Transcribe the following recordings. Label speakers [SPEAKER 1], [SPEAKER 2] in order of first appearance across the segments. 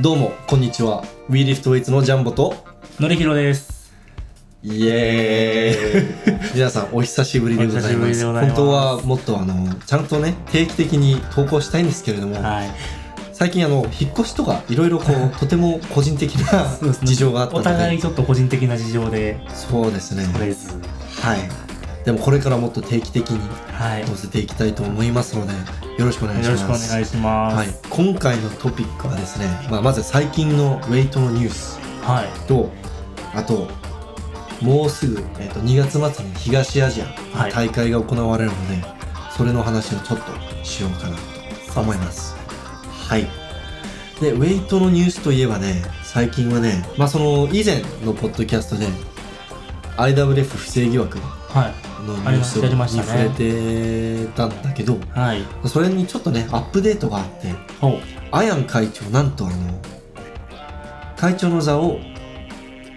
[SPEAKER 1] どうもこんにちは WeLiftWeights のジャンボと
[SPEAKER 2] のりひろです。
[SPEAKER 1] イエーイ皆さんお久しぶりでござい
[SPEAKER 2] お久しぶ
[SPEAKER 1] ま
[SPEAKER 2] り
[SPEAKER 1] す
[SPEAKER 2] でございます
[SPEAKER 1] 本当はもっとあのちゃんとね定期的に投稿したいんですけれども、
[SPEAKER 2] はい。
[SPEAKER 1] 最近あの引っ越しとかいろいろこうとても個人的な
[SPEAKER 2] そうですね
[SPEAKER 1] 事情があった
[SPEAKER 2] お
[SPEAKER 1] ので
[SPEAKER 2] 互いちょっと個人的な事情で、
[SPEAKER 1] そうですね
[SPEAKER 2] とりあえず、
[SPEAKER 1] はいでもこれからもっと定期的に
[SPEAKER 2] はい。よ
[SPEAKER 1] 載せていきたいと思いますのでよろしくお願いし
[SPEAKER 2] ろ
[SPEAKER 1] ま
[SPEAKER 2] し
[SPEAKER 1] す
[SPEAKER 2] くお願いしま
[SPEAKER 1] はい
[SPEAKER 2] す。、
[SPEAKER 1] 今回のトピックはですね、まあ、まず最近のウェイトのニュース
[SPEAKER 2] はい。
[SPEAKER 1] とあともうすぐ、えー、と2月末に東アジア
[SPEAKER 2] はい
[SPEAKER 1] 大会が行われるので、それの話をちょっとしようかなと思いますはいでウェイトのニュースといえばね最近はね、まあ、その以前のポッドキャストで IWF 不正疑惑
[SPEAKER 2] はい。
[SPEAKER 1] のニ
[SPEAKER 2] あ
[SPEAKER 1] ュー
[SPEAKER 2] りま
[SPEAKER 1] ス
[SPEAKER 2] し
[SPEAKER 1] を
[SPEAKER 2] たやりまし
[SPEAKER 1] に
[SPEAKER 2] た
[SPEAKER 1] 触れて
[SPEAKER 2] ね
[SPEAKER 1] たんだけど、
[SPEAKER 2] はい。
[SPEAKER 1] それにちょっとねアップデートがあって
[SPEAKER 2] ほう。
[SPEAKER 1] アヤン会長なんとあの会長の座を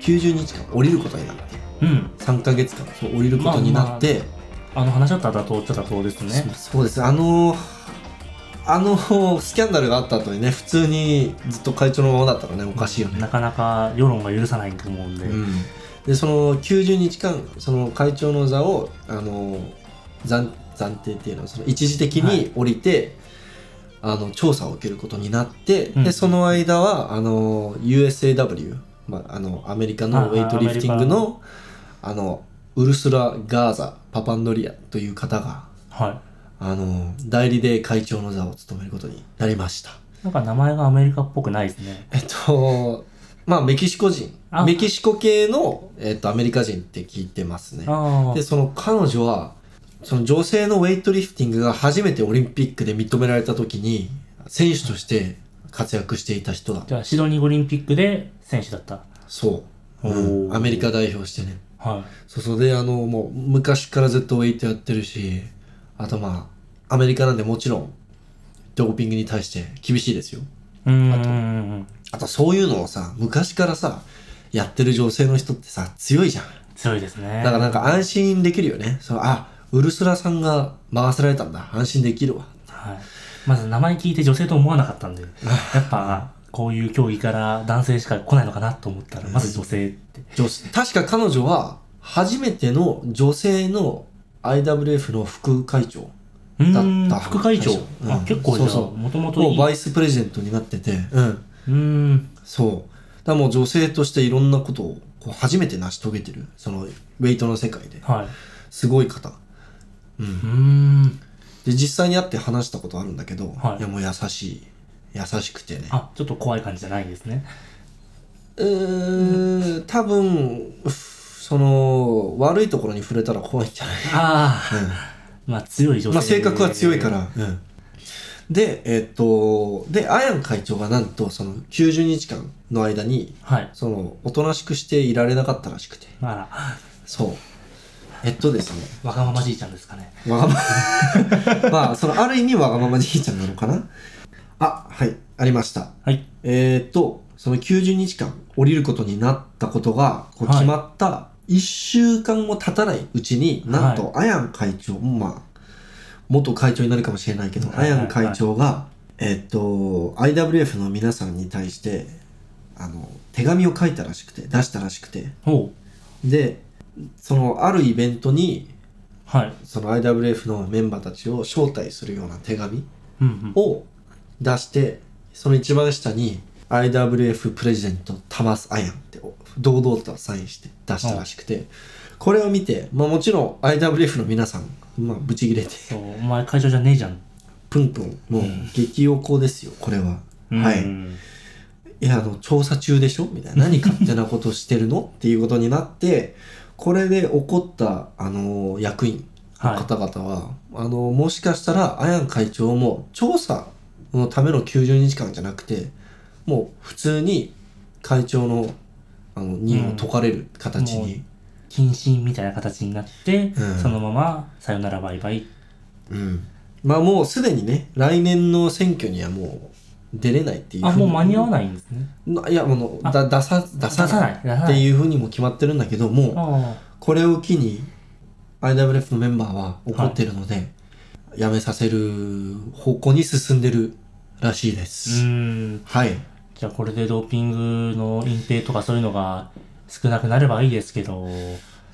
[SPEAKER 1] 90日間降りることになって
[SPEAKER 2] うん。
[SPEAKER 1] 3ヶ月間そう降りることになって、
[SPEAKER 2] あの話だったら妥当っちゃ妥当ですね
[SPEAKER 1] そう。そうですあのあのスキャンダルがあった後にね普通にずっと会長のままだったらねおかしいよね、
[SPEAKER 2] なかなか世論が許さないと思うんで。
[SPEAKER 1] うん、でその90日間その会長の座をあの暫暫定っていうのはその一時的に降りて、あの調査を受けることになって、
[SPEAKER 2] うん
[SPEAKER 1] でその間はあの USAW、まあ、あのアメリカの
[SPEAKER 2] あ
[SPEAKER 1] ウェイトリフティング
[SPEAKER 2] アメ
[SPEAKER 1] のあのウルスラ・ガーザ・パパンドリアという方が
[SPEAKER 2] は
[SPEAKER 1] あの代理で会長の座を務めることになりました。
[SPEAKER 2] い。なんか名前がアメリカっぽくないですね。
[SPEAKER 1] えっと、まあ、メキシコ人。
[SPEAKER 2] あ
[SPEAKER 1] メキシコ系の、えっと、アメリカ人って聞いてますね。
[SPEAKER 2] あ
[SPEAKER 1] で、その彼女は、その女性のウェイトリフティングが初めてオリンピックで認められた時に、選手として活躍していた人だ
[SPEAKER 2] あ。。じゃあ、シドニーオリンピックで選手だった。
[SPEAKER 1] そう。
[SPEAKER 2] お
[SPEAKER 1] うん、
[SPEAKER 2] ー
[SPEAKER 1] アメリカ代表してね。
[SPEAKER 2] は
[SPEAKER 1] そうそう。で、あの、もう、昔からずっとウェイトやってるし、あとまあ、アメリカなんでもちろん、ドーピングに対して厳しいですよ。
[SPEAKER 2] い。うーん。
[SPEAKER 1] あとそういうのをさ、昔からさ、やってる女性の人ってさ、強いじゃん。
[SPEAKER 2] 強いですね。
[SPEAKER 1] だからなんか安心できるよね。そう、あ、ウルスラさんが回せられたんだ。安心できるわ。
[SPEAKER 2] はい、まず名前聞いて女性と思わなかったん で、やっぱこういう競技から男性しか来ないのかなと思ったら、まず女性って。
[SPEAKER 1] 女性 確か彼女は、初めての女性の IWF の副会長。
[SPEAKER 2] う
[SPEAKER 1] だった
[SPEAKER 2] ーん副会長
[SPEAKER 1] 会。長う
[SPEAKER 2] あ
[SPEAKER 1] ん
[SPEAKER 2] 結構じ
[SPEAKER 1] そ
[SPEAKER 2] ゃ
[SPEAKER 1] うそう
[SPEAKER 2] もともと
[SPEAKER 1] も
[SPEAKER 2] いうい。
[SPEAKER 1] バ
[SPEAKER 2] う
[SPEAKER 1] イスプレジデントになってて。うん。
[SPEAKER 2] ーん。
[SPEAKER 1] そう。だからもう女性としていろんなことをこう初めて成し遂げてる。その、ウェイトの世界で。
[SPEAKER 2] はい。
[SPEAKER 1] すごい方。うん。
[SPEAKER 2] うーん。
[SPEAKER 1] で実際に会って話したことあるんだけど、
[SPEAKER 2] はい
[SPEAKER 1] いやもう優しい優しくてね
[SPEAKER 2] あ、ちょっと怖い感じじゃないんですね。
[SPEAKER 1] うーん多分ふその悪いところに触れたら怖いんじゃない、
[SPEAKER 2] ああ、まあ強い女性。
[SPEAKER 1] まあ、性格は強いか。ら、うんでえっとでアヤン会長がなんとその90日間の間に
[SPEAKER 2] はい。
[SPEAKER 1] そのおとなしくしていられなかったらしくて
[SPEAKER 2] あら、
[SPEAKER 1] そうえっとですね
[SPEAKER 2] わがままじいちゃんですかね。
[SPEAKER 1] わが ままあそのある意味わがままじいちゃんなのかなあはいありました
[SPEAKER 2] はい。
[SPEAKER 1] えー、と、その90日間降りることになったことが、こう
[SPEAKER 2] はい
[SPEAKER 1] 決まった1週間も経たないうちに、なんと、アヤン会長、まあ、元会長になるかもしれないけど、
[SPEAKER 2] はい
[SPEAKER 1] アヤン会長が、えーっ、と、IWF の皆さんに対して、あの、手紙を書いたらしくて、出したらしくて、
[SPEAKER 2] ほう。
[SPEAKER 1] で、その、あるイベントに、
[SPEAKER 2] はい。
[SPEAKER 1] その IWF のメンバーたちを招待するような手紙
[SPEAKER 2] うんうん。
[SPEAKER 1] を出してその一番下に IWF プレジデントタマス・アヤンって堂々とサインして出したらしくて、これを見て、まあ、もちろん IWF の皆さん、まあ、ブチギレて
[SPEAKER 2] そう、お前会長じゃねえじゃん。
[SPEAKER 1] プンプンもう激おこですよこれは、はい
[SPEAKER 2] うん
[SPEAKER 1] い。やあの調査中でしょみたいな何勝手なことしてる のっていうことになってこれで怒ったあの役員の
[SPEAKER 2] はい。
[SPEAKER 1] 方々は、あのもしかしたらアヤン会長も調査のための90日間じゃなくてもう普通に会長のあの任を解かれる形に、
[SPEAKER 2] 謹慎みたいな形になって、
[SPEAKER 1] うん
[SPEAKER 2] そのままさよならバイバイ
[SPEAKER 1] うんまあもうすでにね来年の選挙にはもう出れないっていう
[SPEAKER 2] あもう間に合わ
[SPEAKER 1] ない
[SPEAKER 2] ないんですね
[SPEAKER 1] いやあのだ出さ出さ
[SPEAKER 2] 出さ
[SPEAKER 1] な
[SPEAKER 2] ないい出さ
[SPEAKER 1] っ
[SPEAKER 2] な
[SPEAKER 1] て
[SPEAKER 2] い
[SPEAKER 1] いうふうにも決まってるんだけどもう
[SPEAKER 2] あ
[SPEAKER 1] これを機に IWF のメンバーは怒ってるので、辞めさせる方向に進んでるらしいで
[SPEAKER 2] あう
[SPEAKER 1] す。
[SPEAKER 2] ーん
[SPEAKER 1] はい。
[SPEAKER 2] じゃあこれでドーピングの隠蔽とかそういうのが少なくなればいいですけど、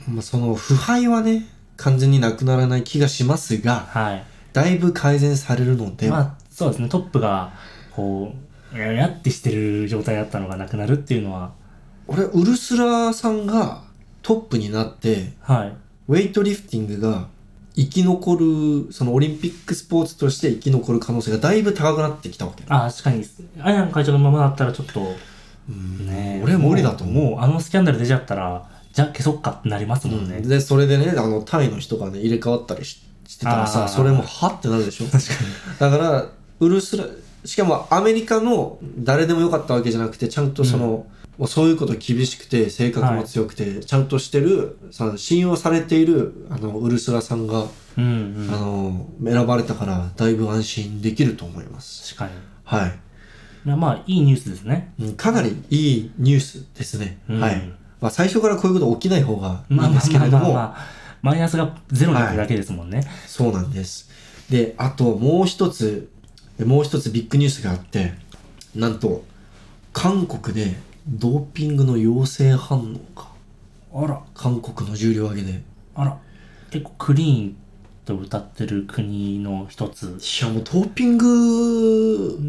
[SPEAKER 1] まあ、その腐敗はね完全になくならない気がしますが
[SPEAKER 2] はい。
[SPEAKER 1] だいぶ改善されるので
[SPEAKER 2] ま
[SPEAKER 1] は、
[SPEAKER 2] あ、そうですね、トップが、こう、ややってしてる状態だったのがなくなるっていうのは、
[SPEAKER 1] 俺ウルスラさんがトップになって
[SPEAKER 2] はい。
[SPEAKER 1] ウェイトリフティングが生き残るそのオリンピックスポーツとして生き残る可能性がだいぶ高くなってきたわけ、
[SPEAKER 2] あ、確かに、アイアン会長のままだったらちょっと、
[SPEAKER 1] うん
[SPEAKER 2] ね
[SPEAKER 1] 俺無理だと思う
[SPEAKER 2] もう、もうあのスキャンダル出ちゃったら、じゃあ消そうかってなりますもんね。
[SPEAKER 1] でそれでねあのタイの人がね入れ替わったりししてたら
[SPEAKER 2] あー
[SPEAKER 1] さそれもはってなるでしょ
[SPEAKER 2] 確か
[SPEAKER 1] だからウルスラしかもアメリカの誰でもよかったわけじゃなくてちゃんとその、もうそういうこと厳しくて性格も強くて、ちゃんとしてるさ信用されているあのウルスラさんが、
[SPEAKER 2] に。うん
[SPEAKER 1] あ
[SPEAKER 2] うん。確
[SPEAKER 1] の選ばれたからだいぶ安心できると思います
[SPEAKER 2] か
[SPEAKER 1] はい
[SPEAKER 2] に。まあ、いいニュースですね。
[SPEAKER 1] うんかなりいいニュースですね、
[SPEAKER 2] うん
[SPEAKER 1] はい、まあ、最初からこういうこと起きない方がい
[SPEAKER 2] ま
[SPEAKER 1] い
[SPEAKER 2] あ
[SPEAKER 1] ん
[SPEAKER 2] ま
[SPEAKER 1] ですけ
[SPEAKER 2] あ
[SPEAKER 1] れ
[SPEAKER 2] ま
[SPEAKER 1] ど
[SPEAKER 2] あまあ
[SPEAKER 1] も、
[SPEAKER 2] まあ、マイナスがゼロになるだけですもんね。
[SPEAKER 1] そうなんです。で、あともう一つ、もう一つビッグニュースがあって、なんと、韓国でドーピングの陽性反応が、
[SPEAKER 2] あら、
[SPEAKER 1] 韓国の重量挙げで、い
[SPEAKER 2] あら。結構クリーンと歌ってる国の一つ。
[SPEAKER 1] やもうドーピン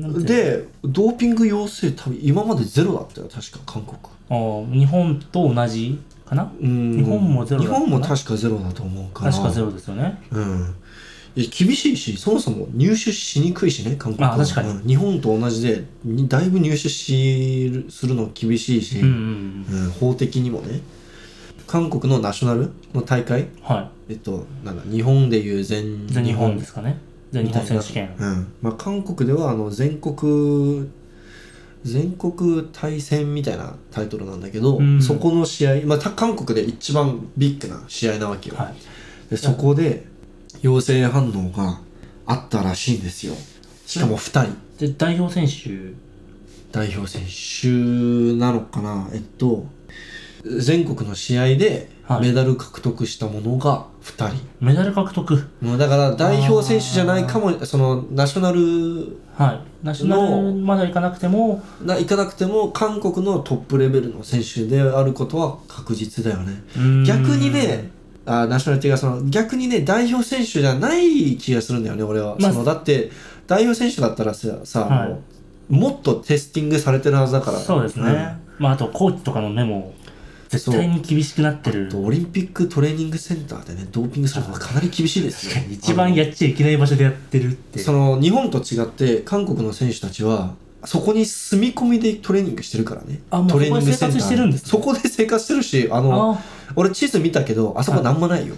[SPEAKER 2] なん
[SPEAKER 1] グ
[SPEAKER 2] て
[SPEAKER 1] で、ドーピング陽性、多分今までゼロだったよ、確か、韓国。
[SPEAKER 2] あー日本と同じかな
[SPEAKER 1] うん
[SPEAKER 2] 日本もゼロだ
[SPEAKER 1] 日
[SPEAKER 2] ったかな
[SPEAKER 1] 本も確かゼロだと思うから。
[SPEAKER 2] 確かゼロですよね。
[SPEAKER 1] うん。いや厳しいし、そもそも入手しにくいしね、韓国は
[SPEAKER 2] あ確かに
[SPEAKER 1] うん日本と同じで、にだいぶ入手しるするの厳しいし、
[SPEAKER 2] うんうん
[SPEAKER 1] うん法的にもね。韓国のナショナルの大会、
[SPEAKER 2] うん。は
[SPEAKER 1] えっと、なんだ、日本でいう全
[SPEAKER 2] い。全日本ですかね。全
[SPEAKER 1] み
[SPEAKER 2] 日
[SPEAKER 1] た
[SPEAKER 2] 本
[SPEAKER 1] いな
[SPEAKER 2] 選手権。
[SPEAKER 1] うん。まあ、韓国では、あの、全国、全国対戦みたいなタイトルなんだけど、
[SPEAKER 2] うん
[SPEAKER 1] そこの試合、まあ、た韓国で一番ビッグな試合なわけよ。
[SPEAKER 2] はい。
[SPEAKER 1] でそこで陽性反応があったらしいんですよしかも2人
[SPEAKER 2] で、代表選手、
[SPEAKER 1] 代表選手なのかなえっと全国の試合で
[SPEAKER 2] はい
[SPEAKER 1] メダル獲得したものが2人、
[SPEAKER 2] メダル獲得。
[SPEAKER 1] もうだから代表選手じゃないかもそのナショナル
[SPEAKER 2] はい。ナショナルまではいかなくても、
[SPEAKER 1] な行かなくても韓国のトップレベルの選手であることは確実だよね
[SPEAKER 2] うん
[SPEAKER 1] 逆にね、あナショナルっていうかその逆にね代表選手じゃない気がするんだよね俺は、
[SPEAKER 2] まあ
[SPEAKER 1] そのだって代表選手だったらささ、
[SPEAKER 2] はい
[SPEAKER 1] もうもっとテスティングされてるはずだから
[SPEAKER 2] そうですね。まあ、あと、コーチとかの目も、絶対に厳しくなって
[SPEAKER 1] う
[SPEAKER 2] る
[SPEAKER 1] んと。オリンピックトレーニングセンターでねドーピングするのはかなり厳しいですよ
[SPEAKER 2] 一番やっちゃいけない場所でやってるっ
[SPEAKER 1] あ
[SPEAKER 2] て。
[SPEAKER 1] のその日本と違って韓国の選手たちはそこに住み込みでトレーニングしてるからね
[SPEAKER 2] あもう
[SPEAKER 1] トレーニングセンター
[SPEAKER 2] そこで生活してるんですね
[SPEAKER 1] そこで生活してるしあの
[SPEAKER 2] あ
[SPEAKER 1] 俺地図見たけどあそこ何もない よ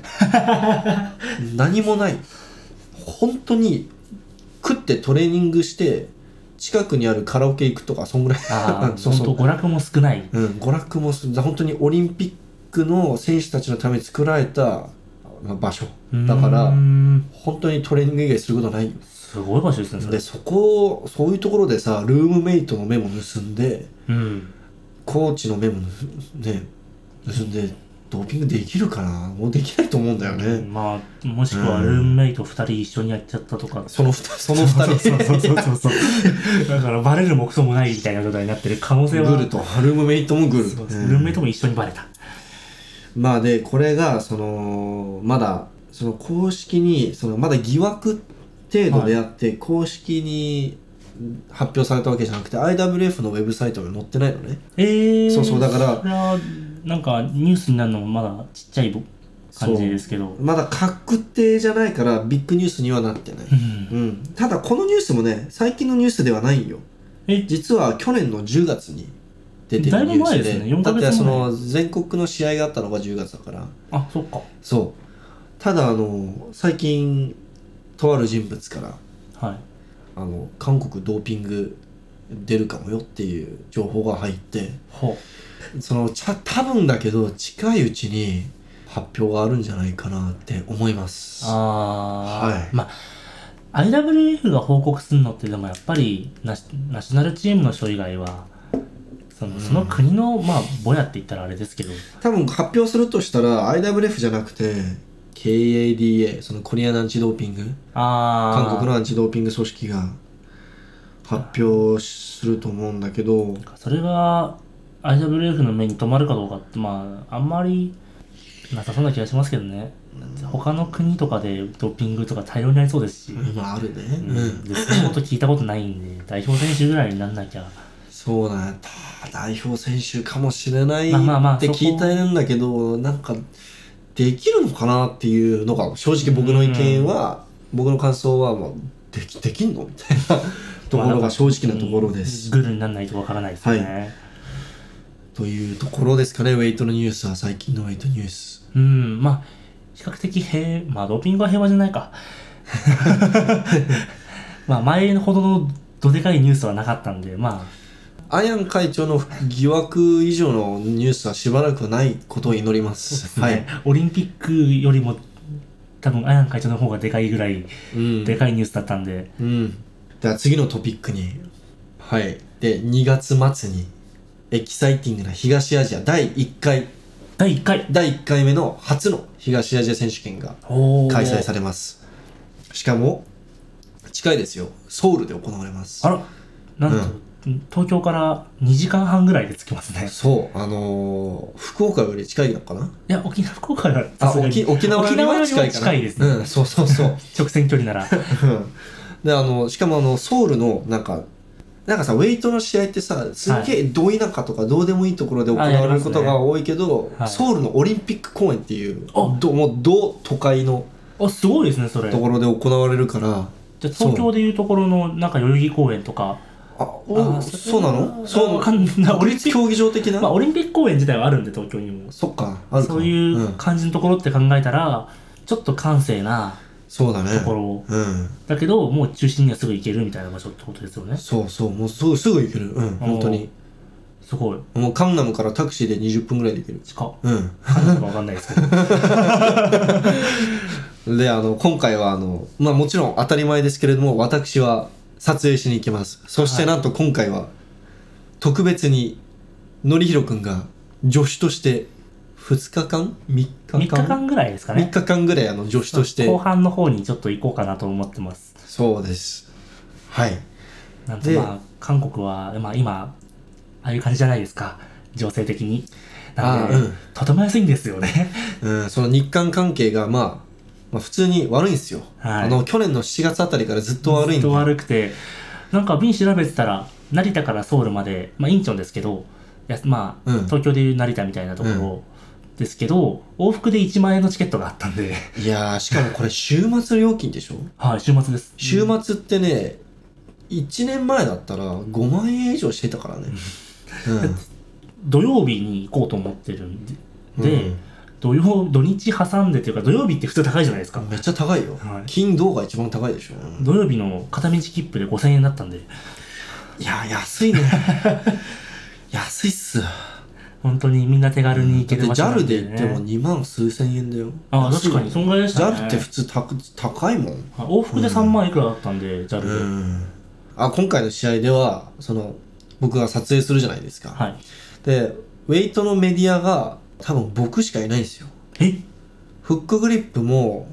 [SPEAKER 1] 何もない本当に食ってトレーニングして近くにあるカラオケ行くとかそんぐらい
[SPEAKER 2] あ
[SPEAKER 1] そう
[SPEAKER 2] 本
[SPEAKER 1] そ
[SPEAKER 2] 当
[SPEAKER 1] う、
[SPEAKER 2] 娯楽も少ない。
[SPEAKER 1] うん、娯楽もす本当にオリンピックの選手たちのために作られたまあ場所だか
[SPEAKER 2] うー
[SPEAKER 1] ら
[SPEAKER 2] ん
[SPEAKER 1] 本当にトレーニング以外することないよ
[SPEAKER 2] すごい場所ですね、そ
[SPEAKER 1] で
[SPEAKER 2] れ。
[SPEAKER 1] そこをそういうところでさルームメイトの目も盗んで
[SPEAKER 2] うん。
[SPEAKER 1] コーチの目も盗ね盗んでドーピングできるかなもうできないと思うんだよね、
[SPEAKER 2] まあ、もしくはルームメイト2人一緒にやっちゃったとか、
[SPEAKER 1] その二 人、その二人、
[SPEAKER 2] そうそうそうそうだからバレる目標もないみたいな状態になってる可能性は
[SPEAKER 1] グルと、ルームメイトもグル。
[SPEAKER 2] そうそう
[SPEAKER 1] うん
[SPEAKER 2] ルームメイトも一緒にバレた
[SPEAKER 1] まあで、これが、その、まだ、その公式に、そのまだ疑惑程度であって、公式に発表されたわけじゃなくて、IWF のウェブサイトが載ってないのね。
[SPEAKER 2] ええー、
[SPEAKER 1] そうそうだから
[SPEAKER 2] それはなんかニュースになるのもまだちっちゃいぼ感じですけど
[SPEAKER 1] まだ確定じゃないから、ビッグニュースにはなってない。
[SPEAKER 2] うん
[SPEAKER 1] うん。ただ、このニュースもね、最近のニュースではないよ。
[SPEAKER 2] え
[SPEAKER 1] 実は去年の10月に出て
[SPEAKER 2] だ
[SPEAKER 1] る
[SPEAKER 2] い
[SPEAKER 1] ニ
[SPEAKER 2] ぶ
[SPEAKER 1] ュー
[SPEAKER 2] 前
[SPEAKER 1] ス
[SPEAKER 2] です
[SPEAKER 1] で、
[SPEAKER 2] ね4
[SPEAKER 1] だ
[SPEAKER 2] ヶ
[SPEAKER 1] っ
[SPEAKER 2] 月前
[SPEAKER 1] てその全国の試合があったのが10月だから。
[SPEAKER 2] あそっか
[SPEAKER 1] そうただあの最近とある人物から
[SPEAKER 2] はい
[SPEAKER 1] あの韓国ドーピング出るかもよっていう情報が入って
[SPEAKER 2] ほ
[SPEAKER 1] そのちゃ多分だけど近いうちに発表があるんじゃないかなって思います
[SPEAKER 2] ああ
[SPEAKER 1] はい
[SPEAKER 2] まあ IWF が報告するのってでもやっぱりナシナショナルチームの人以外はそのその国の、まあぼやって言ったらあれですけど
[SPEAKER 1] 多分発表するとしたら IWF じゃなくて KADA そのコリアンアンチドーピング
[SPEAKER 2] ああ
[SPEAKER 1] 韓国のアンチドーピング組織が発表すると思うんだけど、
[SPEAKER 2] それが IWF の目に留まるかどうかってまああんまりなさそうな気がしますけどね他の国とかでドーピングとか大量になりそうですし、
[SPEAKER 1] まああるね、
[SPEAKER 2] う
[SPEAKER 1] うんん
[SPEAKER 2] でそんなこと聞いたことないんで代表選手ぐらいになんなきゃ
[SPEAKER 1] そうなんや代表選手かもしれないっ
[SPEAKER 2] まあまあまあ
[SPEAKER 1] て聞いたんだけどなんかできるのかなっていうのが正直僕の意見は、僕の感想はもうできできんのみたいなところが正直なところです、
[SPEAKER 2] グルにならないとわからないですよね、
[SPEAKER 1] というところですかねウェイトのニュースは最近のウェイトニュース
[SPEAKER 2] うんまあ比較的平まあドーピングは平和じゃないか まあ前ほどのどでかいニュースはなかったんでまあ
[SPEAKER 1] アヤン会長の疑惑以上のニュースはしばらくないことを祈ります。はい。
[SPEAKER 2] オリンピックよりも多分アヤン会長の方がでかいぐらい
[SPEAKER 1] うん
[SPEAKER 2] でかいニュースだったんで、
[SPEAKER 1] うん。では次のトピックに。はい。で、2月末に、エキサイティングな東アジア第1回、
[SPEAKER 2] 第1回
[SPEAKER 1] 第1回目の初の東アジア選手権が開催さ
[SPEAKER 2] れ
[SPEAKER 1] れます。しかも、近いですよ。ソウルで行われます
[SPEAKER 2] あ。らなんと、東京から2時間半ぐらいで着きますね
[SPEAKER 1] そう、あのー福岡より近いのかない
[SPEAKER 2] や沖縄福岡から
[SPEAKER 1] あ、沖沖縄よりは近いかな。
[SPEAKER 2] 近いですね、
[SPEAKER 1] うん、そうそうそう。
[SPEAKER 2] 直線距離なら
[SPEAKER 1] うんであのしかもあのソウルのなんかなんかさウェイトの試合ってさすっげえど田舎とかどうでもいいところで行わ
[SPEAKER 2] あやり
[SPEAKER 1] れ
[SPEAKER 2] ま
[SPEAKER 1] る
[SPEAKER 2] すね
[SPEAKER 1] ことが多いけど、
[SPEAKER 2] はい
[SPEAKER 1] ソウルのオリンピック公園っていう
[SPEAKER 2] あ
[SPEAKER 1] どもうど都会の
[SPEAKER 2] あすごいですねそれ
[SPEAKER 1] ところで行われるから
[SPEAKER 2] じゃあ東京でいうところのなんか代々木公園とか
[SPEAKER 1] あお
[SPEAKER 2] あ
[SPEAKER 1] そうなの
[SPEAKER 2] そう
[SPEAKER 1] そう
[SPEAKER 2] わ かんないオ
[SPEAKER 1] 国
[SPEAKER 2] リンピ
[SPEAKER 1] 立
[SPEAKER 2] ック、
[SPEAKER 1] 競技場的な、
[SPEAKER 2] まあ、オリンピック公園自体はあるんで東京にも
[SPEAKER 1] そっかあるか
[SPEAKER 2] そういうんう感じのところって考えたら、ちょっと閑静な
[SPEAKER 1] そうだね
[SPEAKER 2] ところ
[SPEAKER 1] うん
[SPEAKER 2] だけどもう中心にはすぐ行けるみたいな場所ってことですよね
[SPEAKER 1] そうそうもうすぐすぐ行けるうん本当に
[SPEAKER 2] すごい
[SPEAKER 1] もうカンナムからタクシーで20分ぐらいで行ける
[SPEAKER 2] 近っ
[SPEAKER 1] うん
[SPEAKER 2] 何だか分かんないで すけど
[SPEAKER 1] であの今回はあの、まあ、もちろん当たり前ですけれども私は撮影しに行きますそして
[SPEAKER 2] はい
[SPEAKER 1] なんと今回は特別にのりひろくんが助手として2日間3日間
[SPEAKER 2] 3日間ぐらいですか
[SPEAKER 1] 3
[SPEAKER 2] ね
[SPEAKER 1] 日間ぐらいあの助手として
[SPEAKER 2] 後半の方にちょっと行こうかなと思ってます
[SPEAKER 1] そうですはい
[SPEAKER 2] なんと
[SPEAKER 1] で
[SPEAKER 2] まあ韓国は、まあ、今ああいう感じじゃないですか情勢的になので、
[SPEAKER 1] あうん
[SPEAKER 2] とても安いんですよね
[SPEAKER 1] うんその日韓関係が、まあ、まあ普通に悪いんですよ、
[SPEAKER 2] はい
[SPEAKER 1] あの去年の7月あたりからずっと悪いん
[SPEAKER 2] ず
[SPEAKER 1] で
[SPEAKER 2] っと悪くてなんか便調べてたら成田からソウルまでまあインチョンですけどやまあ、
[SPEAKER 1] うん
[SPEAKER 2] 東京でいう成田みたいなところですけど、往復で1万円のチケットがあったんで
[SPEAKER 1] いやーしかもこれ週末料金でしょ
[SPEAKER 2] はい週末です
[SPEAKER 1] 週末ってね、1年前だったら5万円以上してたからね、
[SPEAKER 2] 土曜日に行こうと思ってるんで
[SPEAKER 1] うん、
[SPEAKER 2] で土曜土日挟んでというか土曜日って普通高いじゃないです
[SPEAKER 1] う
[SPEAKER 2] か
[SPEAKER 1] ん、めっちゃ高いよ、
[SPEAKER 2] はい
[SPEAKER 1] 金銅が一番高いでしょ、
[SPEAKER 2] 土曜日の片道切符で5000円だったんで
[SPEAKER 1] いや安いね 安いっす
[SPEAKER 2] 本当にみんな手軽に行
[SPEAKER 1] だっ
[SPEAKER 2] け
[SPEAKER 1] て
[SPEAKER 2] る場所なん
[SPEAKER 1] JAL
[SPEAKER 2] ね
[SPEAKER 1] で行っても2万数千円だよ
[SPEAKER 2] ああ確かにそんぐらいでしたね
[SPEAKER 1] JAL って普通た高いもん
[SPEAKER 2] あ往復で3万いくらだったんで JAL で、
[SPEAKER 1] うんあ今回の試合ではその僕が撮影するじゃないですか、
[SPEAKER 2] はい
[SPEAKER 1] でウェイトのメディアが多分僕しかいないんですよ
[SPEAKER 2] え
[SPEAKER 1] フックグリップも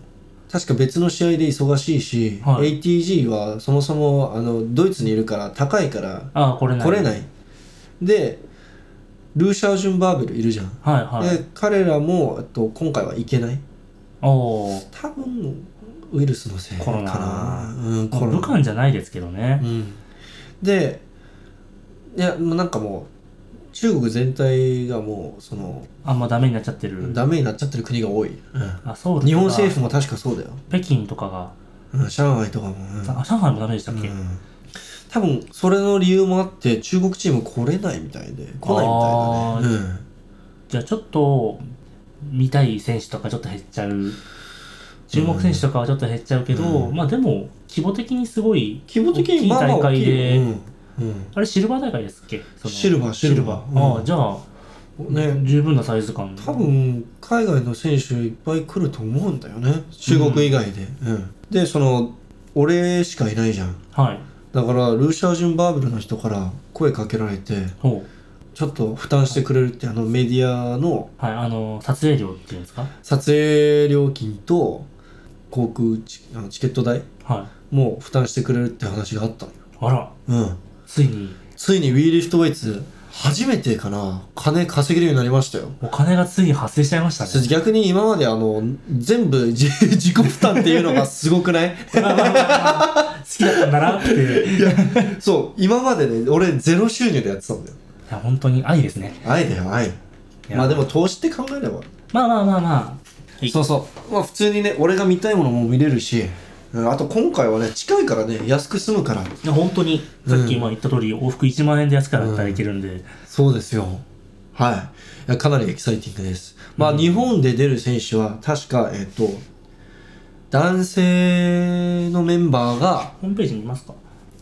[SPEAKER 1] 確か別の試合で忙しいし、
[SPEAKER 2] はい
[SPEAKER 1] ATG はそもそもあのドイツにいるから高いから
[SPEAKER 2] ああこれない
[SPEAKER 1] 来れない、でルーシャージュン・バーベルいるじゃん、
[SPEAKER 2] はいはい
[SPEAKER 1] で彼らもえっと今回は行けない
[SPEAKER 2] おおー
[SPEAKER 1] 多分ウイルスのせいか
[SPEAKER 2] コロナ
[SPEAKER 1] なうん
[SPEAKER 2] まあ
[SPEAKER 1] コロナ
[SPEAKER 2] 武漢じゃないですけどね、
[SPEAKER 1] うん、でいやもうなんかもう中国全体がもうその
[SPEAKER 2] あんまダメになっちゃってる
[SPEAKER 1] ダメになっちゃってる国が多い、
[SPEAKER 2] あソウルとか
[SPEAKER 1] 日本政府も確かそうだよ
[SPEAKER 2] 北京とかが、
[SPEAKER 1] うん、上海とかも、うん
[SPEAKER 2] あ上海もダメでしたっけ、
[SPEAKER 1] うん多分それの理由もあって中国チーム来れないみたいで来ないみたいだね、
[SPEAKER 2] じゃあちょっと見たい選手とかちょっと減っちゃう注目選手とかはちょっと減っちゃうけど、
[SPEAKER 1] う
[SPEAKER 2] まあでも規模的にすごい
[SPEAKER 1] うん、規模的にまあまあ大きい
[SPEAKER 2] 大きい大会で
[SPEAKER 1] うんうん
[SPEAKER 2] あれシルバー大会ですっけその
[SPEAKER 1] シルバーシルバーうん
[SPEAKER 2] ああじゃあ
[SPEAKER 1] ね
[SPEAKER 2] 十分なサイズ感
[SPEAKER 1] 多分海外の選手いっぱい来ると思うんだよね中国以外で、うんでその俺しかいないじゃん
[SPEAKER 2] はい
[SPEAKER 1] だからルーシャージュン・バーブルの人から声かけられて
[SPEAKER 2] ほ
[SPEAKER 1] ちょっと負担してくれるってあのメディアの
[SPEAKER 2] うはいあの撮影料っていうんですか
[SPEAKER 1] 撮影料金と航空チあのチケット代
[SPEAKER 2] はい
[SPEAKER 1] も負担してくれるって話があったのよ
[SPEAKER 2] あら
[SPEAKER 1] うん
[SPEAKER 2] ついに
[SPEAKER 1] ついに We Lift Weights 初めてかな金稼げるようになりましたよ
[SPEAKER 2] お金がついに発生しちゃいましたね。
[SPEAKER 1] 逆に今まであの全部 じ自己負担っていうのがすごくない
[SPEAKER 2] 好きだったんだなっていう。い
[SPEAKER 1] そう今までね俺ゼロ収入でやってたんだよ
[SPEAKER 2] や、本当に愛ですね。
[SPEAKER 1] 愛だよ愛
[SPEAKER 2] いや
[SPEAKER 1] まあでも投資って考えれば
[SPEAKER 2] まあまあまあまはい
[SPEAKER 1] そうそうまあ普通にね俺が見たいものも見れるしうんあと今回はね近いからね安く済むから
[SPEAKER 2] あ。本当に、さっき今言った通り、往復1万円で安くだったら
[SPEAKER 1] うん
[SPEAKER 2] いけるんで、
[SPEAKER 1] そうですよ。はい。いやかなりエキサイティングです。まあ、日本で出る選手は、確か、えっと、男性のメンバーが
[SPEAKER 2] ホームページ見ますか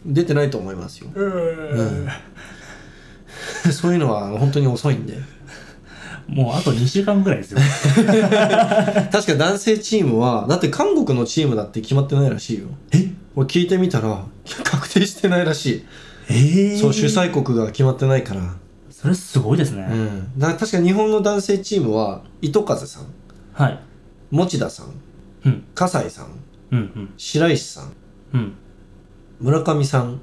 [SPEAKER 1] 出てないと思いますよ。
[SPEAKER 2] うん。
[SPEAKER 1] そういうのは本当に遅いんで。
[SPEAKER 2] もうあと2週間ぐらいですよ。
[SPEAKER 1] 確か男性チームは、だって韓国のチームだって決まってないらしいよ。え俺聞いてみたら、確定してないらし
[SPEAKER 2] え
[SPEAKER 1] い。そう、主催国が決まってないから。
[SPEAKER 2] それすごいですね。
[SPEAKER 1] うん。だから確か日本の男性チームは、糸風さん、
[SPEAKER 2] はい。
[SPEAKER 1] 持田さん、
[SPEAKER 2] うん。
[SPEAKER 1] 葛西さん、
[SPEAKER 2] うんうん。
[SPEAKER 1] 白石さん、
[SPEAKER 2] うん。
[SPEAKER 1] 村上さん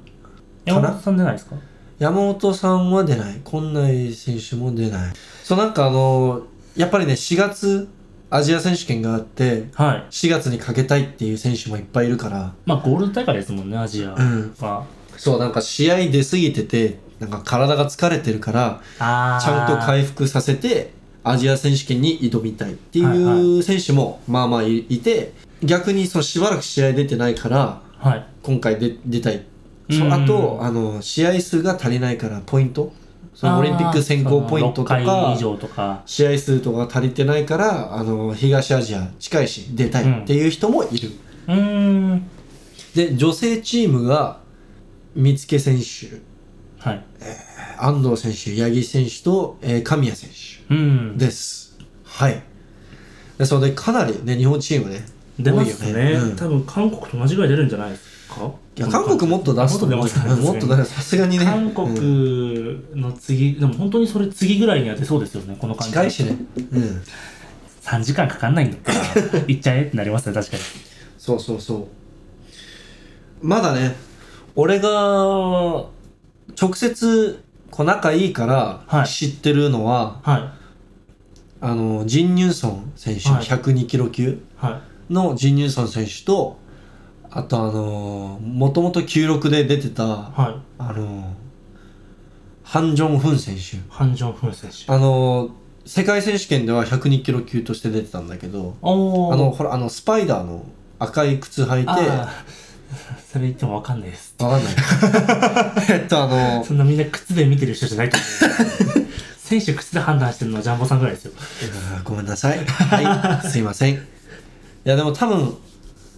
[SPEAKER 2] 山本さんじゃないですか
[SPEAKER 1] 山本さんは出ない近内選手も出ないそうなんかあのやっぱりね4月アジア選手権があって
[SPEAKER 2] はい。
[SPEAKER 1] 4月にかけたいっていう選手もいっぱいいるから
[SPEAKER 2] まあゴールド大会ですもんね、アジアは。
[SPEAKER 1] うんそうなんか試合出過ぎててなんか体が疲れてるから
[SPEAKER 2] あー
[SPEAKER 1] ちゃんと回復させてアジア選手権に挑みたいっていう選手もまあまあいいて逆にそうしばらく試合出てないから
[SPEAKER 2] はい。
[SPEAKER 1] 今回で出たいそう
[SPEAKER 2] うん
[SPEAKER 1] あとあの試合数が足りないからポイントそ
[SPEAKER 2] あ
[SPEAKER 1] の
[SPEAKER 2] ー
[SPEAKER 1] オリンピック選考ポイントと
[SPEAKER 2] その6回
[SPEAKER 1] か
[SPEAKER 2] 以上とか。
[SPEAKER 1] 試合数とか足りてないからあの東アジア近いし出たいっていう人もいる、
[SPEAKER 2] うーん。
[SPEAKER 1] で女性チームが三つ選手
[SPEAKER 2] はい。
[SPEAKER 1] 安藤選手八木選手と、えー神谷選
[SPEAKER 2] うん。
[SPEAKER 1] 手ですはいですのでかなりね日本チームね
[SPEAKER 2] 出ますね
[SPEAKER 1] 多いよねうん
[SPEAKER 2] 多分韓国と同じぐらい出るんじゃないですか
[SPEAKER 1] いや韓国もっと出す
[SPEAKER 2] もっと出ますか
[SPEAKER 1] う
[SPEAKER 2] ら
[SPEAKER 1] んもっと出すさすがにね
[SPEAKER 2] 韓
[SPEAKER 1] うん
[SPEAKER 2] 国の次、でも本当にそれ次ぐらいには出そうですよねこの感じ
[SPEAKER 1] 近いしねうん
[SPEAKER 2] 3時間かかんないんだったら 行っちゃえってなりますね確かに
[SPEAKER 1] そうそうそうまだね俺が直接こう仲いいか
[SPEAKER 2] は
[SPEAKER 1] ら
[SPEAKER 2] い
[SPEAKER 1] 知ってるのは、
[SPEAKER 2] は
[SPEAKER 1] あのジン・ニューソン選手、
[SPEAKER 2] はい
[SPEAKER 1] 102キロ級
[SPEAKER 2] いはい
[SPEAKER 1] のジン・ニューソン選手とあとあのもともと96で出てた
[SPEAKER 2] はい
[SPEAKER 1] あのハン・ジョン・フン選手
[SPEAKER 2] ハン・ジョン・フン選手
[SPEAKER 1] あの世界選手権では102キロ級として出てたんだけど
[SPEAKER 2] おー
[SPEAKER 1] あのほらあのスパイダーの赤い靴履いて
[SPEAKER 2] あーそれ言ってもわかんないです
[SPEAKER 1] わか んない。えっと、あの、
[SPEAKER 2] そんなみんな靴で見てる人じゃないと思 う選手靴で判断してるのはジャンボさんぐらいですよ
[SPEAKER 1] ごめんなさい。はい、すいません。いや、でも多分、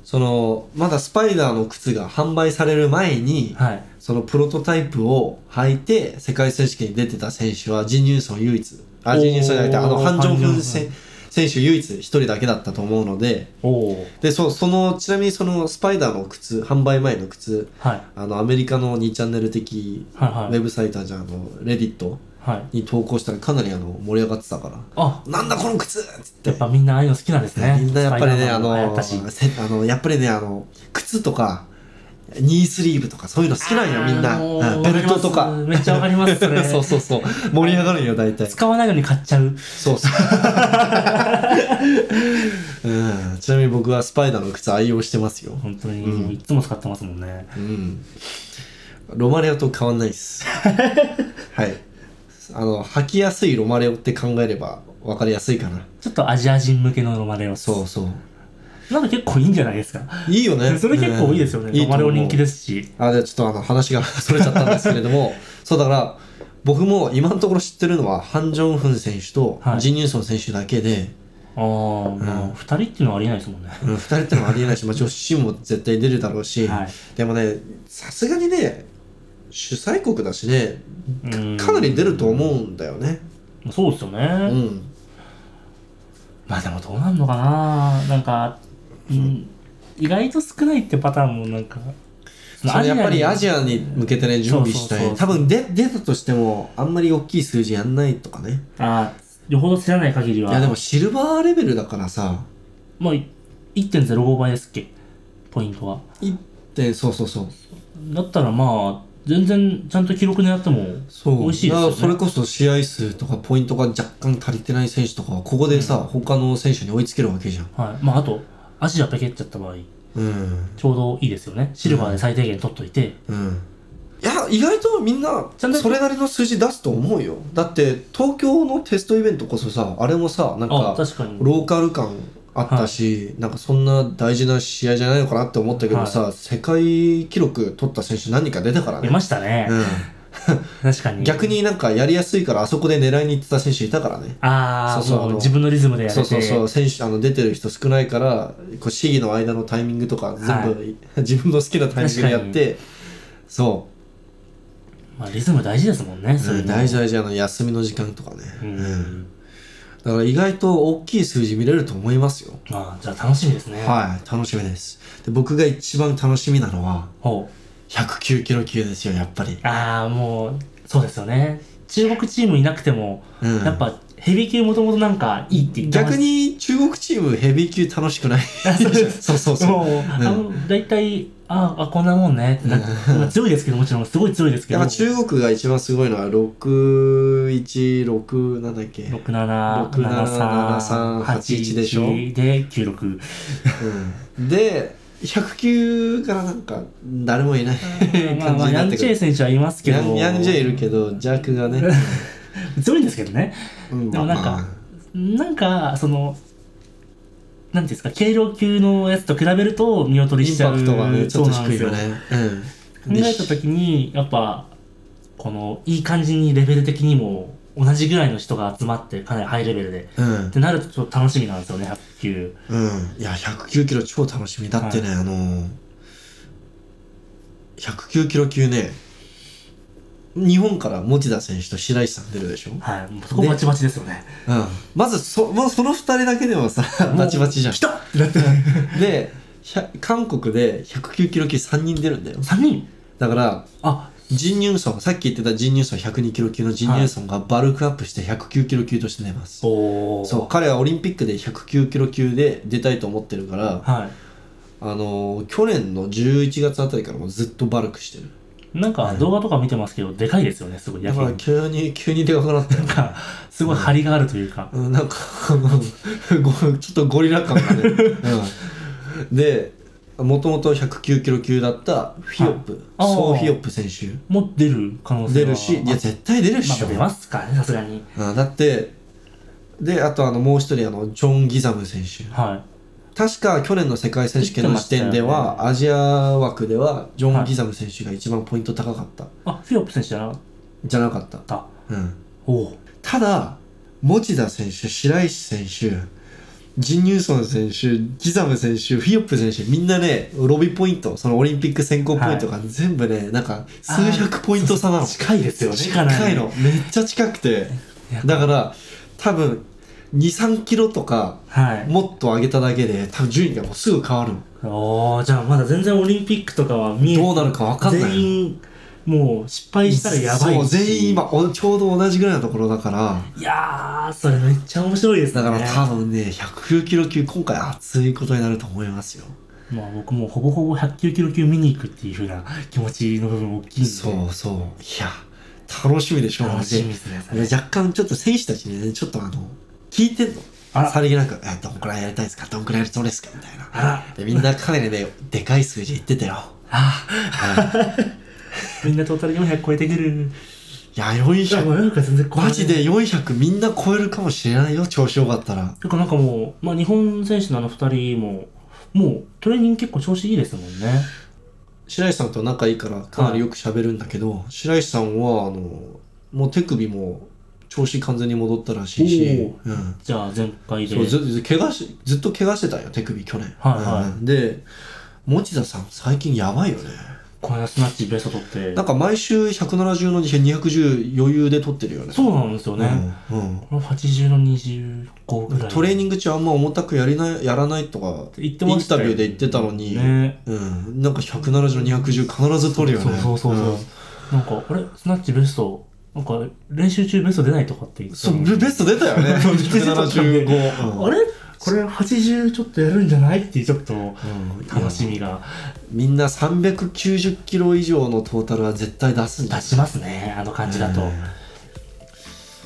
[SPEAKER 1] その、まだスパイダーの靴が販売される前に、
[SPEAKER 2] はい
[SPEAKER 1] そのプロトタイプを履いて、世界選手権に出てた選手は、ジン・ニューソン唯一、あ、
[SPEAKER 2] おー
[SPEAKER 1] ジン・ニューソンじゃなくて、あの、ハン・ジョンフ
[SPEAKER 2] ハン
[SPEAKER 1] ン
[SPEAKER 2] ジョン
[SPEAKER 1] 選選手唯一一人だけだったと思うので、
[SPEAKER 2] おお
[SPEAKER 1] で、そう、その、ちなみにその、スパイダーの靴、販売前の靴、
[SPEAKER 2] はい
[SPEAKER 1] あの、アメリカの2チャンネル的、
[SPEAKER 2] は
[SPEAKER 1] ウ
[SPEAKER 2] いは
[SPEAKER 1] ェ
[SPEAKER 2] い
[SPEAKER 1] ブサイトじゃんあの、レディット
[SPEAKER 2] はい
[SPEAKER 1] に投稿したらかなりあの盛り上がってたから
[SPEAKER 2] あ
[SPEAKER 1] 「なんだこの靴!」っつって
[SPEAKER 2] やっぱみんなああいうの好きなんですね
[SPEAKER 1] みんなやっぱり
[SPEAKER 2] スパイ
[SPEAKER 1] ね
[SPEAKER 2] ダ
[SPEAKER 1] あ
[SPEAKER 2] ーマン流行っ
[SPEAKER 1] の
[SPEAKER 2] たし
[SPEAKER 1] せあのやっぱりねあの靴とかニースリーブとかそういうの好きなんよみん
[SPEAKER 2] あ
[SPEAKER 1] な、
[SPEAKER 2] ー
[SPEAKER 1] うん
[SPEAKER 2] わ
[SPEAKER 1] ベ
[SPEAKER 2] り
[SPEAKER 1] ル
[SPEAKER 2] ます
[SPEAKER 1] トとか
[SPEAKER 2] めっちゃわかりますそれ
[SPEAKER 1] そうそうそう盛り上がるんよ大体
[SPEAKER 2] 使わないのに買っちゃう
[SPEAKER 1] そう そううんちなみに僕はスパイダーの靴愛用してますよ
[SPEAKER 2] 本当に、
[SPEAKER 1] うん
[SPEAKER 2] もういつも使ってますもんね
[SPEAKER 1] うんロマレオと変わんないっ すはいあの履きやすいロマレオって考えれば分かりやすいかな
[SPEAKER 2] ちょっとアジア人向けのロマレオ
[SPEAKER 1] そうそう
[SPEAKER 2] なんか結構いいんじゃないですか
[SPEAKER 1] いいよね。
[SPEAKER 2] それ結構いいですよね、
[SPEAKER 1] うんいい
[SPEAKER 2] ロ
[SPEAKER 1] と
[SPEAKER 2] マレ
[SPEAKER 1] 思
[SPEAKER 2] オ
[SPEAKER 1] う
[SPEAKER 2] 人気ですし
[SPEAKER 1] あ、じゃあちょっとあの話が それちゃったん ですけれども、そうだから、僕も今のところ知ってるのは、ハン・ジョンフン選手と
[SPEAKER 2] はい
[SPEAKER 1] ジン・ニューソン選手だけで、
[SPEAKER 2] ああ、まあ
[SPEAKER 1] うん
[SPEAKER 2] 2人っていうのはありえないですもんね
[SPEAKER 1] うん、2人ってのはありえないし、まあ、女子チームも絶対出るだろうし、
[SPEAKER 2] はい
[SPEAKER 1] でもね、さすがにね、主催国だしね、
[SPEAKER 2] うん
[SPEAKER 1] かなり出ると思うんだよね。
[SPEAKER 2] そうですよね、
[SPEAKER 1] うん。
[SPEAKER 2] まあでもどうなんのかななんか、うん、意外と少ないってパターンもなんか
[SPEAKER 1] そのやっぱりアジ
[SPEAKER 2] ア
[SPEAKER 1] アに向けてね、準備した
[SPEAKER 2] そうそ
[SPEAKER 1] い。
[SPEAKER 2] うそう
[SPEAKER 1] 多分で出たとしても、あんまり大きい数字やんないとかね。
[SPEAKER 2] あーよほど知らない限りはい
[SPEAKER 1] や、でもシルバーレベルだからさ、
[SPEAKER 2] まあい1.05倍ですっけポイントは
[SPEAKER 1] 1点、そうそうそう。
[SPEAKER 2] だったらまあ全然ちゃんと記録狙っても
[SPEAKER 1] そう
[SPEAKER 2] 美味しいですよね
[SPEAKER 1] だからそれこそ試合数とかポイントが若干足りてない選手とかはここでさ、他の選手に追いつけるわけじゃん
[SPEAKER 2] はい。まあ、あと、足がペケっちゃった場合、
[SPEAKER 1] うん
[SPEAKER 2] ちょうどいいですよね。シルバーで最低限取っといて、
[SPEAKER 1] うんいや意外とみんな
[SPEAKER 2] ちゃんと
[SPEAKER 1] それなりの数字出すと思うよだって東京のテストイベントこそさあれもさなん
[SPEAKER 2] あ
[SPEAKER 1] か、
[SPEAKER 2] 確かに。
[SPEAKER 1] ローカル感あったし、なんかそんな大事な試合じゃないのかなって思ったけどさ、世界記録取った選手何人か出たから
[SPEAKER 2] 出
[SPEAKER 1] ね、
[SPEAKER 2] ましたね。
[SPEAKER 1] う
[SPEAKER 2] 確か
[SPEAKER 1] ん、
[SPEAKER 2] に。
[SPEAKER 1] 逆になんかやりやすいからあそこで狙いに行ってた選手いたからね
[SPEAKER 2] あ
[SPEAKER 1] そ
[SPEAKER 2] あ、
[SPEAKER 1] うそう
[SPEAKER 2] も
[SPEAKER 1] あ
[SPEAKER 2] う
[SPEAKER 1] の
[SPEAKER 2] 自分のリズムでやれて。
[SPEAKER 1] そうそうそう選手あの出てる人少ないからこう試技の間のタイミングとか全部、
[SPEAKER 2] は
[SPEAKER 1] 自分の好きなタイミングでやってそ
[SPEAKER 2] まあ、リズム大事ですもんね、
[SPEAKER 1] う、
[SPEAKER 2] そういううんの
[SPEAKER 1] 大事大事あの休みの時間とかね、
[SPEAKER 2] う
[SPEAKER 1] うん
[SPEAKER 2] ん。
[SPEAKER 1] だから意外と大きい数字見れると思いますよ
[SPEAKER 2] まあ、じゃあ楽しみですね。
[SPEAKER 1] はい楽しみですで僕が一番楽しみなのは
[SPEAKER 2] ほ
[SPEAKER 1] 109キロ級ですよやっぱり
[SPEAKER 2] う。ああ、もう、そうですよね。中国チームいなくても、
[SPEAKER 1] うん
[SPEAKER 2] やっぱヘビー級もともとなんかいいって言ってます
[SPEAKER 1] 逆に中国チームヘビー級楽しくない
[SPEAKER 2] あそうです
[SPEAKER 1] そうそうそう
[SPEAKER 2] もう、あの大体、ああ、こんなもんねってなって、まあ強いですけど、もちろん、すごい強いですけ
[SPEAKER 1] や
[SPEAKER 2] ど、
[SPEAKER 1] っぱ中国が一番すごいのは616なんだっけ、
[SPEAKER 2] 六七
[SPEAKER 1] 六七
[SPEAKER 2] 七
[SPEAKER 1] 73
[SPEAKER 2] 三八一
[SPEAKER 1] 81でしょ
[SPEAKER 2] で九六
[SPEAKER 1] うんで109からなんか誰もいない
[SPEAKER 2] まあ
[SPEAKER 1] 感
[SPEAKER 2] ま
[SPEAKER 1] じ
[SPEAKER 2] あ
[SPEAKER 1] にな
[SPEAKER 2] ヤ
[SPEAKER 1] っ
[SPEAKER 2] ン
[SPEAKER 1] てく
[SPEAKER 2] チェイ
[SPEAKER 1] る
[SPEAKER 2] 選手はいますけ
[SPEAKER 1] ヤ
[SPEAKER 2] ど
[SPEAKER 1] ンヤンジェイいるけどジャクがね、
[SPEAKER 2] 強いんですけどね
[SPEAKER 1] うん
[SPEAKER 2] でもなんか
[SPEAKER 1] ま
[SPEAKER 2] なんかそのなんていうんですか軽量級のやつと比べると見劣
[SPEAKER 1] あ、
[SPEAKER 2] り
[SPEAKER 1] イ
[SPEAKER 2] し
[SPEAKER 1] ン
[SPEAKER 2] ちゃ
[SPEAKER 1] パ
[SPEAKER 2] う
[SPEAKER 1] クトがねちょっと低いよ
[SPEAKER 2] そうなん
[SPEAKER 1] ねうん
[SPEAKER 2] ですよ考えた時にやっぱこのいい感じにレベル的にも同じぐらいの人が集まってかなりハイレベルで
[SPEAKER 1] うん
[SPEAKER 2] ってなるとちょっと楽しみなんですよね100球
[SPEAKER 1] うん、いや109キロ超楽しみだってね、あのー109キロ級ね日本から持田選手と白石さん出るでしょ、うん、
[SPEAKER 2] はいもうそこバチバチですよね
[SPEAKER 1] まずそもうその2人だけでもさ
[SPEAKER 2] もう
[SPEAKER 1] バチバチじゃん
[SPEAKER 2] 来たってなって
[SPEAKER 1] でひゃ韓国で109キロ級3人出るん だよ
[SPEAKER 2] 3人
[SPEAKER 1] だから
[SPEAKER 2] あ
[SPEAKER 1] ジン・ニュンソンさっき言ってたジン・ニュンソン102キロ級のジン・ニュンソンがバルクアップして109キロ級として出ます、
[SPEAKER 2] おー
[SPEAKER 1] そう彼はオリンピックで109キロ級で出たいと思ってるから、
[SPEAKER 2] はい
[SPEAKER 1] あのー去年の11月あたりからもうずっとバルクしてる
[SPEAKER 2] なんか動画とか見てますけど、でかいですよね、すごい。や
[SPEAKER 1] だ
[SPEAKER 2] け
[SPEAKER 1] から
[SPEAKER 2] に。
[SPEAKER 1] 急に急にでかくなったよ
[SPEAKER 2] なんか、すごい張りがあるというか。
[SPEAKER 1] うんなんかあのごちょっとゴリラ感が ね、うん、でもともと109キロ級だったフィオップ、
[SPEAKER 2] あー
[SPEAKER 1] ソーフィオップ選手
[SPEAKER 2] もう出る可能性は
[SPEAKER 1] 出るしいや絶対出るっ
[SPEAKER 2] ま
[SPEAKER 1] し
[SPEAKER 2] あ、
[SPEAKER 1] ょ、
[SPEAKER 2] 出ますかね、さすがに。
[SPEAKER 1] うんだってであとあのもう一人あのジョン・ギザム選手
[SPEAKER 2] は
[SPEAKER 1] 確か去年の世界選手権の時点では、アジア枠ではジョ
[SPEAKER 2] は
[SPEAKER 1] ン・
[SPEAKER 2] い
[SPEAKER 1] ギザム選手が一番ポイント高かった、
[SPEAKER 2] い。あ、フィオップ選手じゃなかっ
[SPEAKER 1] じゃなかった
[SPEAKER 2] た。
[SPEAKER 1] うん
[SPEAKER 2] おお。
[SPEAKER 1] ただ持田選手白石選手ジン・ニューソン選手ギザム選手フィヨップ選手みんなねロビーポイントそのオリンピック選考ポイントが全部ね、なんか数百ポイント差なの
[SPEAKER 2] 近いですよね、かなり
[SPEAKER 1] 近いの。めっちゃ近くて
[SPEAKER 2] いや
[SPEAKER 1] だから多分23キロとか
[SPEAKER 2] はい。
[SPEAKER 1] もっと上げただけで多分順位がもうすぐ変わるの
[SPEAKER 2] おおじゃあまだ全然オリンピックとかは見え
[SPEAKER 1] どうなるか分かんない
[SPEAKER 2] 全員、もう失敗したらやばいし。
[SPEAKER 1] そう全員今おちょうど同じぐらいのところだから
[SPEAKER 2] いやー、それめっちゃ面白いです
[SPEAKER 1] だ
[SPEAKER 2] ね。
[SPEAKER 1] から多分ね109キロ級今回熱いことになると思いますよ
[SPEAKER 2] まあ僕もほぼほぼ109キロ級見に行くっていう風な気持ちの部分大きいんで。
[SPEAKER 1] そうそう。いや、楽しみでしょうがない
[SPEAKER 2] 楽しみですね。それ
[SPEAKER 1] で若干ちょっと選手たちにね、ちょっとあの、聞いてんの。
[SPEAKER 2] あら
[SPEAKER 1] さりげなく、えどんくらいやりたいですかどんくらいやりそうですかみたいな。
[SPEAKER 2] あら、
[SPEAKER 1] で、みんなかなりね、でかい数字言ってたよ。
[SPEAKER 2] あ
[SPEAKER 1] はい
[SPEAKER 2] みんなトータル400超えてくる。
[SPEAKER 1] いや、400、
[SPEAKER 2] 400は全然超えない
[SPEAKER 1] マジ。で400みんな超えるかもしれないよ、調子よかったら。
[SPEAKER 2] てかなんかもう、まあ日本選手のあの二人も、もうトレーニング結構調子いいですもんね。
[SPEAKER 1] 白石さんと仲いいから、かなりよく喋るんだけど、白石さんは、あの、もう手首も調子完全に戻ったらしいし、うん。
[SPEAKER 2] じゃあ前回で。
[SPEAKER 1] そうずず怪我しずっと怪我してたんよ手首去年、
[SPEAKER 2] はいはい
[SPEAKER 1] うんで持田さん最近やばいよね
[SPEAKER 2] この間スナッチベスト取って
[SPEAKER 1] な。んか毎週170の210余裕で取ってるよね
[SPEAKER 2] そうなんですよね。
[SPEAKER 1] うんうん
[SPEAKER 2] この80の25ぐらい。
[SPEAKER 1] トレー
[SPEAKER 2] ン
[SPEAKER 1] ニング中あんま重たくやりないやらないとか
[SPEAKER 2] グ言ってましたよ
[SPEAKER 1] インタビューで言ってたのに
[SPEAKER 2] ね。
[SPEAKER 1] うん、なんか170の210必ず取るよね
[SPEAKER 2] そうそうそうそう。なんか、あれスナッチベスト、なんか練習中ベスト出ないとかって言っ
[SPEAKER 1] ん
[SPEAKER 2] て
[SPEAKER 1] そ
[SPEAKER 2] たの
[SPEAKER 1] う
[SPEAKER 2] に
[SPEAKER 1] ベベスト出たよね
[SPEAKER 2] 出てたんだ
[SPEAKER 1] 175、うん
[SPEAKER 2] あれこれ80ちょっとやるんじゃないっていうちょっと
[SPEAKER 1] うん
[SPEAKER 2] 楽しみが
[SPEAKER 1] みんな390キロ以上のトータルは絶対出すんだ
[SPEAKER 2] 出しますねあの感じだと、
[SPEAKER 1] うん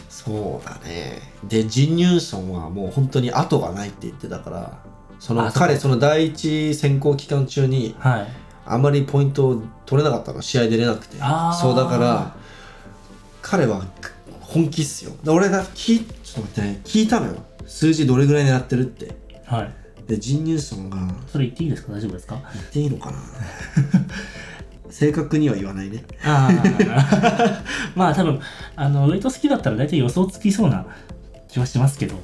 [SPEAKER 1] そうだねでジン・ニューソンはもう本当に後がないって言ってたからその
[SPEAKER 2] あそうか
[SPEAKER 1] 彼その第一選考期間中に
[SPEAKER 2] はい
[SPEAKER 1] あまりポイントを取れなかったの試合出れなくて
[SPEAKER 2] あー
[SPEAKER 1] そうだから彼は本気っすよで俺が聞いちょっと待ってね聞いたのよ数字どれぐらい狙ってるって
[SPEAKER 2] はい
[SPEAKER 1] でジン・ニューソンが
[SPEAKER 2] それ言っていいですか大丈夫ですか
[SPEAKER 1] 言っていいのかな 正確には言わないね
[SPEAKER 2] ああ まあ多分あのウェイト好きだったら大体予想つきそうな気はしますけど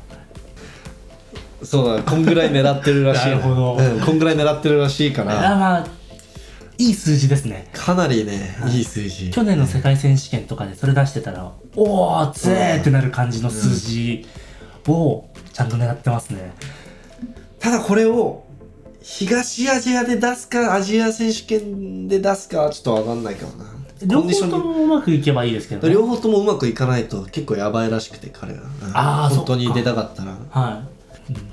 [SPEAKER 1] そうだこんぐらい狙ってるらしい
[SPEAKER 2] なるほど
[SPEAKER 1] うん、こんぐらい狙ってるらしいか
[SPEAKER 2] あ
[SPEAKER 1] ら
[SPEAKER 2] ーまあいい数字ですね
[SPEAKER 1] かなりね、いい数字
[SPEAKER 2] 去年の世界選手権とかでそれ出してたらおおつえーってなる感じの数字をちゃんと狙ってますね、
[SPEAKER 1] ただこれを東アジアで出すかアジア選手権で出すかはちょっと分かんないかもな
[SPEAKER 2] 両
[SPEAKER 1] コンディショ
[SPEAKER 2] 方と
[SPEAKER 1] ン
[SPEAKER 2] もうまくいけばいいですけど、ね、
[SPEAKER 1] 両方ともうまくいかないと結構やばいらしくて彼は、うん
[SPEAKER 2] あー
[SPEAKER 1] 本当
[SPEAKER 2] そ
[SPEAKER 1] に
[SPEAKER 2] っか
[SPEAKER 1] 出たかったら
[SPEAKER 2] はい、うん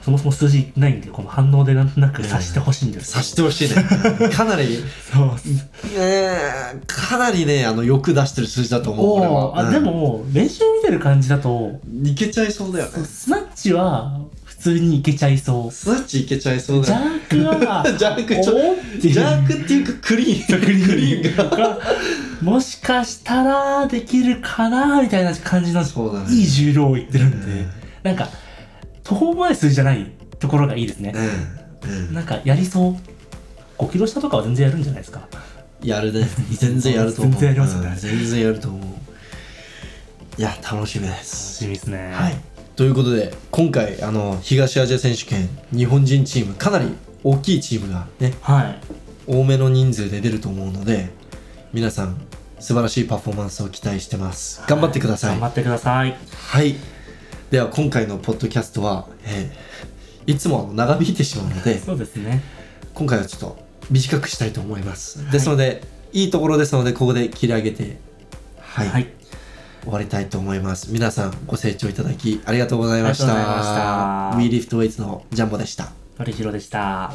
[SPEAKER 2] そもそも数字ないんでこの反応でなんとなく察してほしいんです、
[SPEAKER 1] 察してほしいね かなり、
[SPEAKER 2] そうっす
[SPEAKER 1] えーかなりねあの欲出してる数字だと思う俺
[SPEAKER 2] おー
[SPEAKER 1] は、
[SPEAKER 2] あ
[SPEAKER 1] うん
[SPEAKER 2] でも練習見てる感じだと
[SPEAKER 1] いけちゃいそうだよね
[SPEAKER 2] スナッチは普通にいけちゃいそう
[SPEAKER 1] スナッチいけちゃいそう
[SPEAKER 2] ジ
[SPEAKER 1] だよね
[SPEAKER 2] ャークは
[SPEAKER 1] ジャークちょ
[SPEAKER 2] おーっていう
[SPEAKER 1] ジャークっていうかクリーンクリーンが
[SPEAKER 2] がもしかしたらできるかなみたいな感じの
[SPEAKER 1] そうだね
[SPEAKER 2] いい重量をいってるんで、
[SPEAKER 1] うん
[SPEAKER 2] なんか途方もない数字じゃないところがいいですね、
[SPEAKER 1] うんうん
[SPEAKER 2] なんかやりそう5キロ下とかは全然やるんじゃないですか
[SPEAKER 1] やるね。全然やると思う。
[SPEAKER 2] 全然やりますよね
[SPEAKER 1] うん全然やると思う。いや、楽しみです。
[SPEAKER 2] しみですね
[SPEAKER 1] はい。ということで、今回、あの、東アジア選手権、日本人チーム、かなり大きいチームがね、
[SPEAKER 2] はい
[SPEAKER 1] 多めの人数で出ると思うので、皆さん、素晴らしいパフォーマンスを期待してます。頑張ってください。
[SPEAKER 2] 頑張ってください
[SPEAKER 1] はい。では、今回のポッドキャストは、えーいつもあの長引いてしまうので、
[SPEAKER 2] そうですね
[SPEAKER 1] 今回はちょっと短くしたいと思いますですので、い、いところですのでここで切り上げてはい、
[SPEAKER 2] はい
[SPEAKER 1] 終わりたいと思います皆さんご清聴いただきありがとうございました
[SPEAKER 2] ありがとうございました
[SPEAKER 1] WeLiftWeights のジャンボでした
[SPEAKER 2] のりひろでした